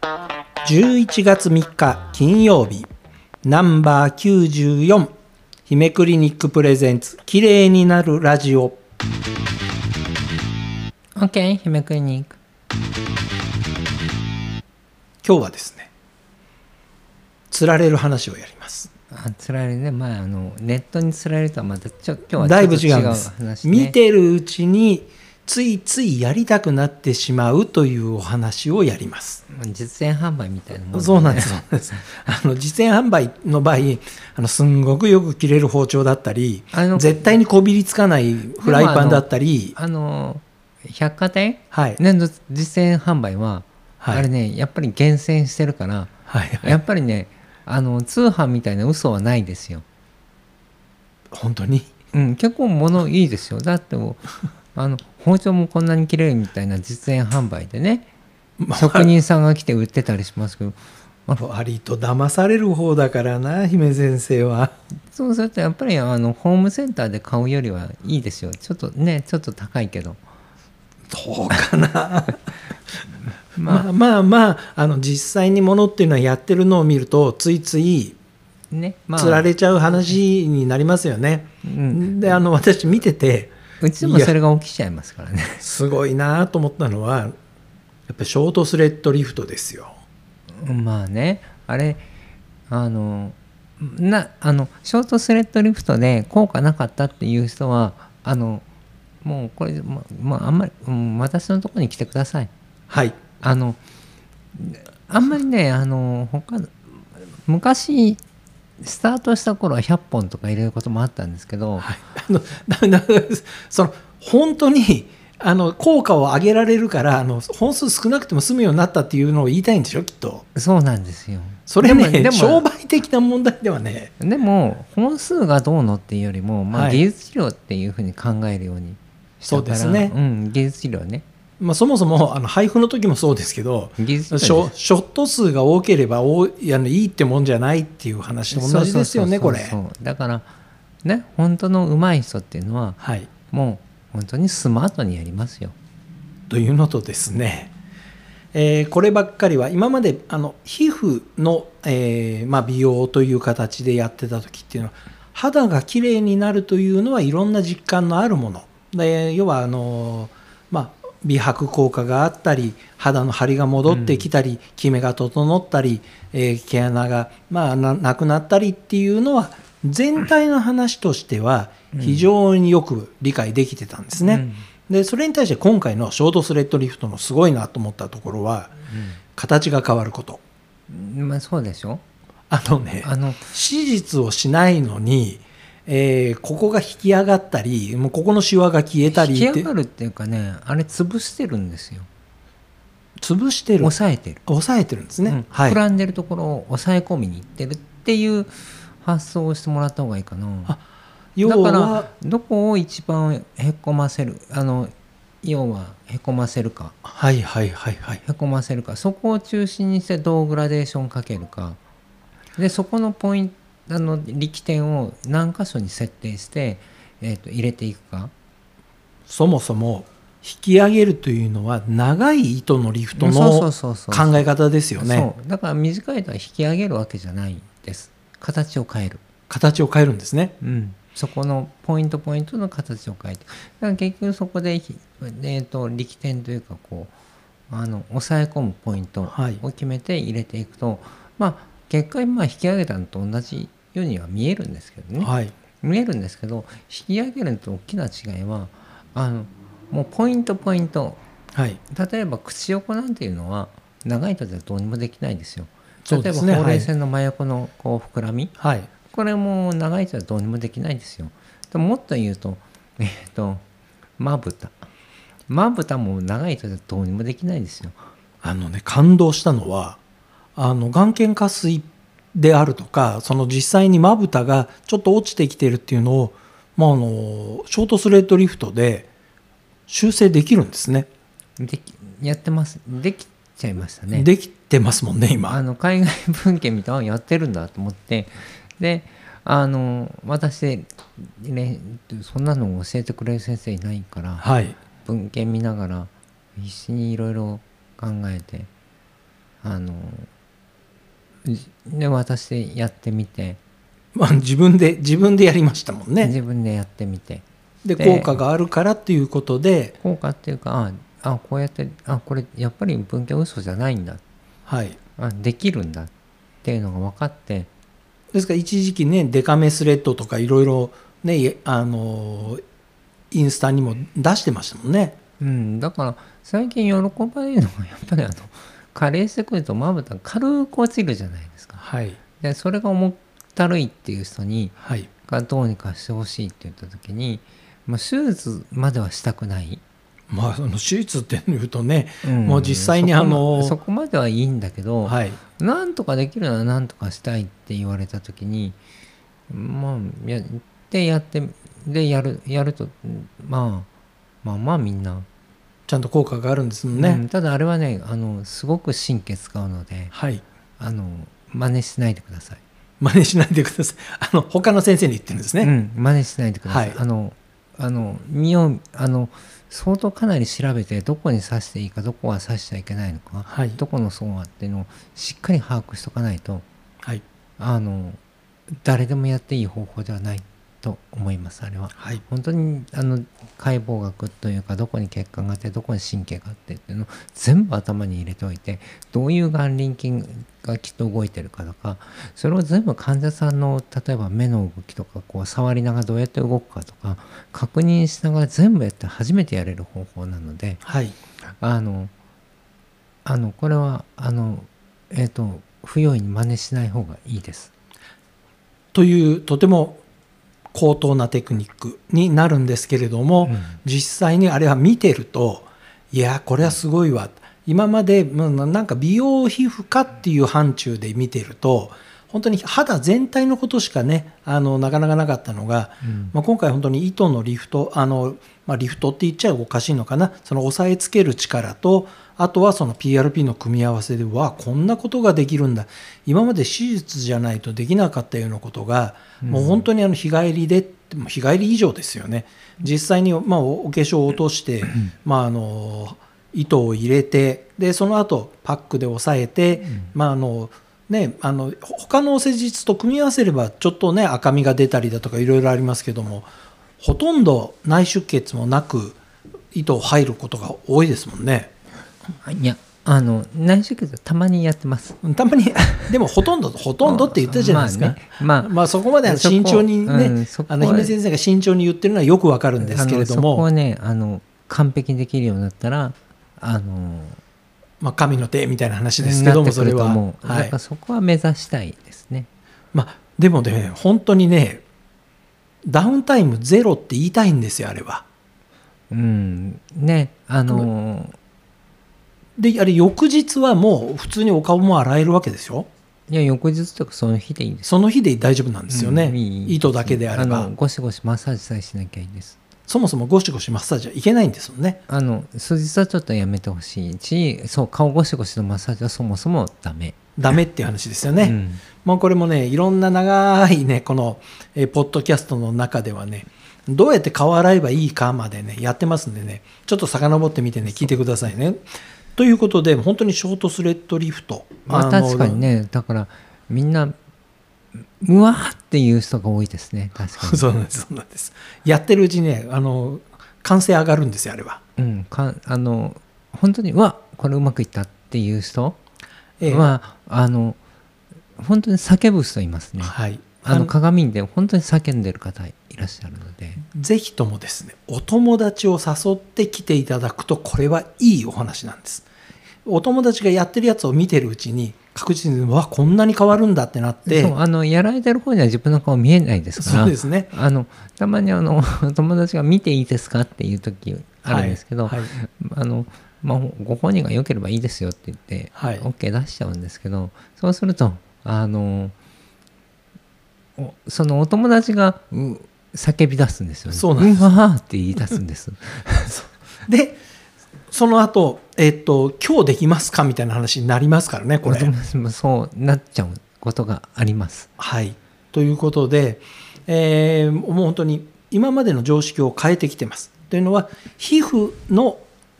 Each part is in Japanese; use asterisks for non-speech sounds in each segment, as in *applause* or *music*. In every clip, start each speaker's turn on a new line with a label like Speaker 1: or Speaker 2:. Speaker 1: 11月3日金曜日ナンバー94姫クリニックプレゼンツ綺麗になるラジオ
Speaker 2: OK 姫クリニック
Speaker 1: 今日はですねつられる話をやります
Speaker 2: あつられるねまああのネットにつられるとはまたちょ今日はちょっと
Speaker 1: だいぶ違うんで
Speaker 2: 話
Speaker 1: す、
Speaker 2: ね
Speaker 1: 見てるうちについついやりたくなってしまうというお話をやります、
Speaker 2: まあ実演販売みたいなもんだね
Speaker 1: そうなんですそうなんです *laughs* あの実演販売の場合あのすんごくよく切れる包丁だったり
Speaker 2: あの
Speaker 1: 絶対にこびりつかないフライパンだったり
Speaker 2: あの百貨店
Speaker 1: はい、
Speaker 2: 年度実演販売は、
Speaker 1: はい
Speaker 2: あれねやっぱり厳選してるから
Speaker 1: はいはい
Speaker 2: やっぱりねあの通販みたいな嘘はないですよ、
Speaker 1: 本当に
Speaker 2: うん、結構物いいですよだってもう
Speaker 1: *laughs*
Speaker 2: あの包丁もこんなに切れるみたいな実演販売でね
Speaker 1: まあ
Speaker 2: 職人さんが来て売ってたりしますけど
Speaker 1: 割と騙される方だからな姫先生は
Speaker 2: そうするとやっぱりあのホームセンターで買うよりはいいですよちょっとねちょっと高いけど
Speaker 1: どうかな
Speaker 2: ま
Speaker 1: *laughs* まあまあまああの実際にものっていうのはやってるのを見るとついつい
Speaker 2: ねまあ
Speaker 1: つられちゃう話になりますよね、
Speaker 2: うん
Speaker 1: であの私見てて
Speaker 2: うちでもそれが起きちゃいますからね *laughs*
Speaker 1: すごいなと思ったのはやっぱショートスレッドリフトですよ
Speaker 2: まあねあれあのなあのショートスレッドリフトで効果なかったっていう人はあのもうこれままああんまり、うん、私のところに来てください
Speaker 1: はい
Speaker 2: あのあんまりねあの他の昔スタートした頃は100本とか入れることもあったんですけど、
Speaker 1: はいあのダメダメです *laughs* その本当にあの効果を上げられるからあの本数少なくても済むようになったっていうのを言いたいんでしょきっと
Speaker 2: そうなんですよ
Speaker 1: それね
Speaker 2: でもでも
Speaker 1: 商売的な問題ではね
Speaker 2: でも本数がどうのっていうよりも、ま
Speaker 1: は
Speaker 2: あ、
Speaker 1: い
Speaker 2: 技術治療っていうふうに考えるようにしたから
Speaker 1: そうですね
Speaker 2: うん、技術治療ね
Speaker 1: まあ、そもそもあの配布の時もそうですけど
Speaker 2: 技
Speaker 1: シ
Speaker 2: 術
Speaker 1: ョ
Speaker 2: 者
Speaker 1: シ
Speaker 2: で
Speaker 1: ョット数が多ければ多いあのいいってもんじゃないっていう話と
Speaker 2: す
Speaker 1: 同じですよね
Speaker 2: そ
Speaker 1: こ
Speaker 2: うそう
Speaker 1: れ
Speaker 2: そうそうだからね本当の上手い人っていうのは
Speaker 1: はい
Speaker 2: もう本当にスマートにやりますよ
Speaker 1: というのとですね、えーこればっかりは今まであの皮膚の、えーまあ、美容という形でやってた時っていうのは肌がきれいになるというのはいろんな実感のあるもので要はあの、まあ、美白効果があったり肌の張りが戻ってきたり、キメが整ったり、えー毛穴が、まあ、ななくなったりっていうのは全体の話としては非常によく理解できてたんですね。
Speaker 2: うん
Speaker 1: でそれに対して今回のショートスレッドリフトのすごいなと思ったところは形が変わること
Speaker 2: うんまあそうでしょ
Speaker 1: あのね
Speaker 2: あの
Speaker 1: 手術をしないのに、えーここが引き上がったりもうここのシワが消えた
Speaker 2: 引
Speaker 1: り
Speaker 2: き
Speaker 1: って
Speaker 2: 上がるっていうかねあれ潰してるんですよ
Speaker 1: 潰してる
Speaker 2: 抑えてる、
Speaker 1: 抑えてるんですね、
Speaker 2: うん
Speaker 1: はい
Speaker 2: 膨らんでるところを抑え込みにいってるっていう発想をしてもらった方がいいかな
Speaker 1: あ要
Speaker 2: だから
Speaker 1: は
Speaker 2: どこを一番へこませるあの要はへこませるか
Speaker 1: はいはいはいはい
Speaker 2: へこませるかそこを中心にしてどうグラデーションかけるかでそこのポイントあの力点を何箇所に設定して、えー、と入れていくか
Speaker 1: そもそも引き上げるというのは長い糸のリフト
Speaker 2: そうそ
Speaker 1: の
Speaker 2: うそうそう
Speaker 1: 考え方ですよね
Speaker 2: そうだから短い糸は引き上げるわけじゃないんです形を変える、
Speaker 1: 形を変えるんですね
Speaker 2: うん、そこのポイントポイントの形を変えてだから結局そこで、ひえー、と力点というかこうあの抑え込むポイント
Speaker 1: はい
Speaker 2: を決めて入れていくと、まあ結果まあ引き上げたのと同じようには見えるんですけどね、
Speaker 1: はい
Speaker 2: 見えるんですけど引き上げるのと大きな違いはあのもうポイントポイント
Speaker 1: はい
Speaker 2: 例えば口横なんていうのは長い糸ではどうにもできないですよ。
Speaker 1: そ
Speaker 2: 例
Speaker 1: う
Speaker 2: えば
Speaker 1: です
Speaker 2: ほ
Speaker 1: ね
Speaker 2: うれい線の真横のこう膨らみ、
Speaker 1: はい
Speaker 2: これも長い糸ではどうにもできないですよ。でももっと言うとえっ、とまぶたまぶたも長い糸ではどうにもできないですよ。
Speaker 1: あのね感動したのはあの眼瞼下垂であるとかその実際にまぶたがちょっと落ちてきてるっていうのを、まあ、あのショートスレッドリフトで修正できるんですね
Speaker 2: できやってますできちゃいましたね。
Speaker 1: できてますもんね
Speaker 2: あ
Speaker 1: 今
Speaker 2: の海外文献見たらやってるんだと思ってであの私、ね、そんなのを教えてくれる先生いないから
Speaker 1: はい
Speaker 2: 文献見ながら必死にいろいろ考えてあのじで私でやってみて、
Speaker 1: まあ、自分で自分でやりましたもんね
Speaker 2: 自分でやってみて
Speaker 1: で
Speaker 2: で
Speaker 1: 効果があるからっていうことで
Speaker 2: 効果っていうかああこうやってあこれやっぱり文献嘘じゃないんだ
Speaker 1: はい
Speaker 2: あできるんだっていうのが分かって
Speaker 1: ですから一時期ねデカめスレッドとかいろいろねいあのーインスタにも出してましたもんね
Speaker 2: うん、だから最近喜ばれるのはやっぱりあの加齢してくるとまぶたが軽く落ちるじゃないですか
Speaker 1: はい
Speaker 2: でそれが重ったるいっていう人に
Speaker 1: はい
Speaker 2: がどうにかしてほしいって言った時に、まあ、手術まではしたくない、
Speaker 1: まあその手術っていうとね
Speaker 2: ん
Speaker 1: もう実際に
Speaker 2: そこ
Speaker 1: あの
Speaker 2: そこまではいいんだけど、
Speaker 1: はい
Speaker 2: なんとかできるならなんとかしたいって言われた時にまあやってやってでやるやるとまあまあまあみんな
Speaker 1: ちゃんと効果があるんですもんね、
Speaker 2: うんただあれはねあのすごく神経使うので
Speaker 1: はい
Speaker 2: あの真似しないでください。
Speaker 1: 真似しないでくださいあの他の先生に言ってるんですね、
Speaker 2: うん、真似しないでください。
Speaker 1: はい
Speaker 2: あのあの身をあの相当かなり調べてどこに刺していいかどこは刺しちゃいけないのか、
Speaker 1: はい
Speaker 2: どこの層はっていうのをしっかり把握しとかないと
Speaker 1: はい
Speaker 2: あの誰でもやっていい方法ではないと思いますあれは。
Speaker 1: はい
Speaker 2: 本当にあの解剖学というかどこに血管があってどこに神経があってっていうのを全部頭に入れておいてどういう眼輪筋がきっと動いてるかとかそれを全部患者さんの例えば目の動きとかこう触りながらどうやって動くかとか確認しながら全部やって初めてやれる方法なので
Speaker 1: はい
Speaker 2: あのあのこれはあのえっ、と不用意に真似しない方がいいです。
Speaker 1: というとても高等なテクニックになるんですけれども、
Speaker 2: うん
Speaker 1: 実際にあれは見てるといやこれはすごいわ今までもうなんか美容皮膚科っていう範疇で見てると本当に肌全体のことしかねあのなかなかなかったのが、
Speaker 2: うん
Speaker 1: まあ、今回本当に糸のリフトあの、まあ、リフトって言っちゃおかしいのかなその押さえつける力とあとはその PRP の組み合わせでわあこんなことができるんだ今まで手術じゃないとできなかったようなことが、
Speaker 2: うん
Speaker 1: もう本当にあの日帰りでもう日帰り以上ですよね実際に、まあ、おお化粧を落として、まあ、あの糸を入れてでその後パックで押さえて、まああのね、あのほ他の施術と組み合わせればちょっとね赤みが出たりだとかいろいろありますけどもほとんど内出血もなく糸を入ることが多いですもんね
Speaker 2: いやあの内視鏡たまにやってます。
Speaker 1: うんたまにでもほとんどほとんどって言ったじゃないですか、まあ
Speaker 2: まあねまあ
Speaker 1: そこまでは
Speaker 2: そこ
Speaker 1: 慎重にね、
Speaker 2: うんそこ
Speaker 1: あの姫先生が慎重に言ってるのはよくわかるんですけれど
Speaker 2: あのそこ
Speaker 1: も
Speaker 2: をねあの完璧にできるようになったらあの
Speaker 1: まあ、神の手みたいな話ですけど
Speaker 2: な
Speaker 1: も
Speaker 2: って
Speaker 1: そ
Speaker 2: くる
Speaker 1: れ
Speaker 2: と
Speaker 1: は、
Speaker 2: 思う
Speaker 1: は
Speaker 2: だ
Speaker 1: い
Speaker 2: からそこは目指したいですね。
Speaker 1: まあ、でもね本当にねダウンタイムゼロって言いたいんですよあれは。
Speaker 2: うん、ねあの
Speaker 1: であれ翌日はもう普通にお顔も洗えるわけでしょ
Speaker 2: いや翌日とかその日でいいです。
Speaker 1: その日で大丈夫なんですよね、
Speaker 2: うんいい
Speaker 1: 糸だけであれば
Speaker 2: のゴシゴシマッサージさえしなきゃいいです。
Speaker 1: そもそもゴシゴシマッサージはいけないんですもんね
Speaker 2: あの数日はちょっとやめてほしいしそう顔ゴシゴシのマッサージはそもそもダメ。
Speaker 1: ダメっていう話ですよね、
Speaker 2: うん
Speaker 1: まあこれもねいろんな長いねこのえーポッドキャストの中ではねどうやって顔洗えばいいかまでねやってますんでねちょっと遡ってみてね聞いてくださいねということで本当にショートスレッドリフト
Speaker 2: まあ、
Speaker 1: の
Speaker 2: 確かにねだからみんなうわーっていう人が多いですね確 *laughs* か
Speaker 1: *laughs*
Speaker 2: に
Speaker 1: そうなんですそうなんですやってるうちにねあの完成上がるんですよあれは、
Speaker 2: うん、かあの本当にうわこれうまくいったっていう人
Speaker 1: ええ
Speaker 2: は、あの本当に叫ぶ人いますね
Speaker 1: はい
Speaker 2: あ
Speaker 1: あ
Speaker 2: の
Speaker 1: の
Speaker 2: 鏡で本当に叫んでる方いらっしゃるので
Speaker 1: ぜひともですね、お友達を誘って来ていただくと、これはいいお話なんです。お友達がやってるやつを見てるうちに、確実に、うわ、こんなに変わるんだってなって、
Speaker 2: そうあのやられてる方には自分の顔見えないですから
Speaker 1: そうですね。
Speaker 2: あのたまにあの *laughs* 友達が「見ていいですか?」っていう時あるんですけど、
Speaker 1: はいはい
Speaker 2: あのまあ、ご本人が良ければいいですよって言って、
Speaker 1: はい
Speaker 2: OK 出しちゃうんですけどそうするとあのおそのお友達がう叫び出すんですよね。
Speaker 1: そうなんです
Speaker 2: うわーって言い出すんです。
Speaker 1: で、その後、えっと、今日できますかみたいな話になりますからね、 *laughs* こ
Speaker 2: お
Speaker 1: れ。
Speaker 2: 友達もそうなっちゃうことがあります。
Speaker 1: はい。ということで、えーもう本当に今までの常識を変えてきてます。というのは皮膚の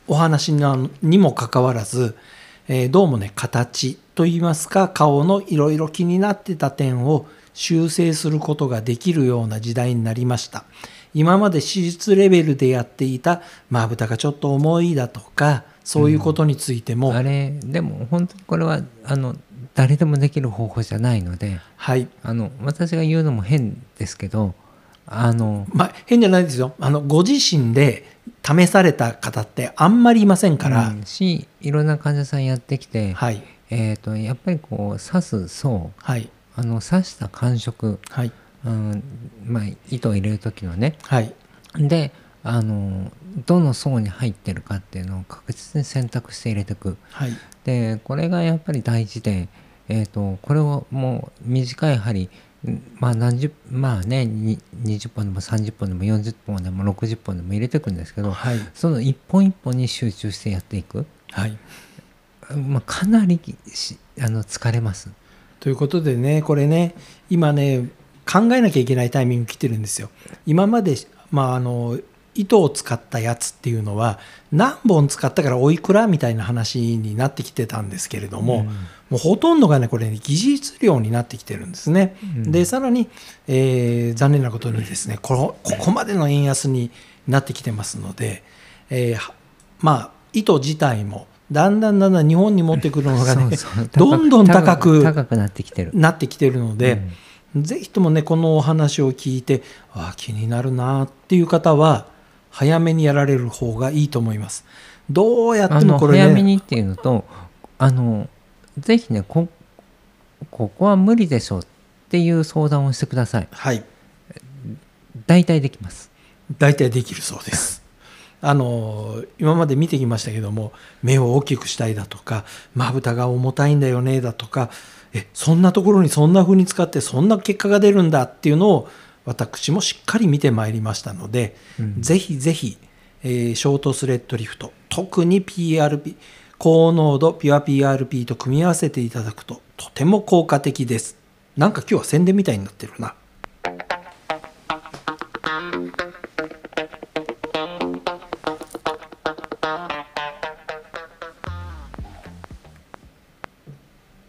Speaker 1: お話なのにもかかわらず、えーどうもね形といいますか顔のいろいろ気になってた点を修正することができるような時代になりました今まで手術レベルでやっていたまぶたがちょっと重いだとかそういうことについても、
Speaker 2: あれでも本当にこれはあの誰でもできる方法じゃないので
Speaker 1: はい
Speaker 2: あの私が言うのも変ですけどあの
Speaker 1: まあ、変じゃないですよあのご自身で試された方ってあんまりいませんから、
Speaker 2: うんしいろんな患者さんやってきて、
Speaker 1: はい
Speaker 2: えー、とやっぱりこう刺す層
Speaker 1: はい
Speaker 2: あの刺した感触、
Speaker 1: はい
Speaker 2: うんまあ、糸を入れる時のね
Speaker 1: はい
Speaker 2: であのどの層に入ってるかっていうのを確実に選択して入れていく
Speaker 1: はい
Speaker 2: でこれがやっぱり大事で、えー、とこれをもう短い針んまあ何十まあねに20本でも30本でも40本でも60本でも入れていくんですけど
Speaker 1: はい
Speaker 2: その一本一本に集中してやっていく、
Speaker 1: はい
Speaker 2: まあ、かなりしあの疲れます。
Speaker 1: ということでねこれね今ね考えなきゃいけないタイミング来てるんですよ今まで、まあ、あの糸を使ったやつっていうのは何本使ったからおいくらみたいな話になってきてたんですけれども、
Speaker 2: うん
Speaker 1: もうほとんどがねこれね技術量になってきてるんですね。
Speaker 2: うん
Speaker 1: でさらに、えー残念なことにですねこのここまでの円安になってきてますので、えーはまあ糸自体もだんだんだんだん日本に持ってくるのがね
Speaker 2: そうそう
Speaker 1: *laughs* どんどん高く
Speaker 2: 高くなってきてる。
Speaker 1: なってきてるので、ぜひともねこのお話を聞いてあー気になるなーっていう方は早めにやられる方がいいと思います。どうやっ
Speaker 2: あ
Speaker 1: て
Speaker 2: の
Speaker 1: もこれね
Speaker 2: 早めにっていうのとあのぜひねこここは無理でしょうっていう相談をしてください
Speaker 1: はい
Speaker 2: 大体できます
Speaker 1: 大体できるそうです。 *laughs* あの今まで見てきましたけども目を大きくしたいだとかまぶたが重たいんだよねだとかえそんなところにそんな風に使ってそんな結果が出るんだっていうのを私もしっかり見てまいりましたので、
Speaker 2: うん
Speaker 1: ぜひぜひ、えーショートスレッドリフト特に PRP 高濃度ピュア PRP と組み合わせていただくととても効果的ですなんか今日は宣伝みたいになってるな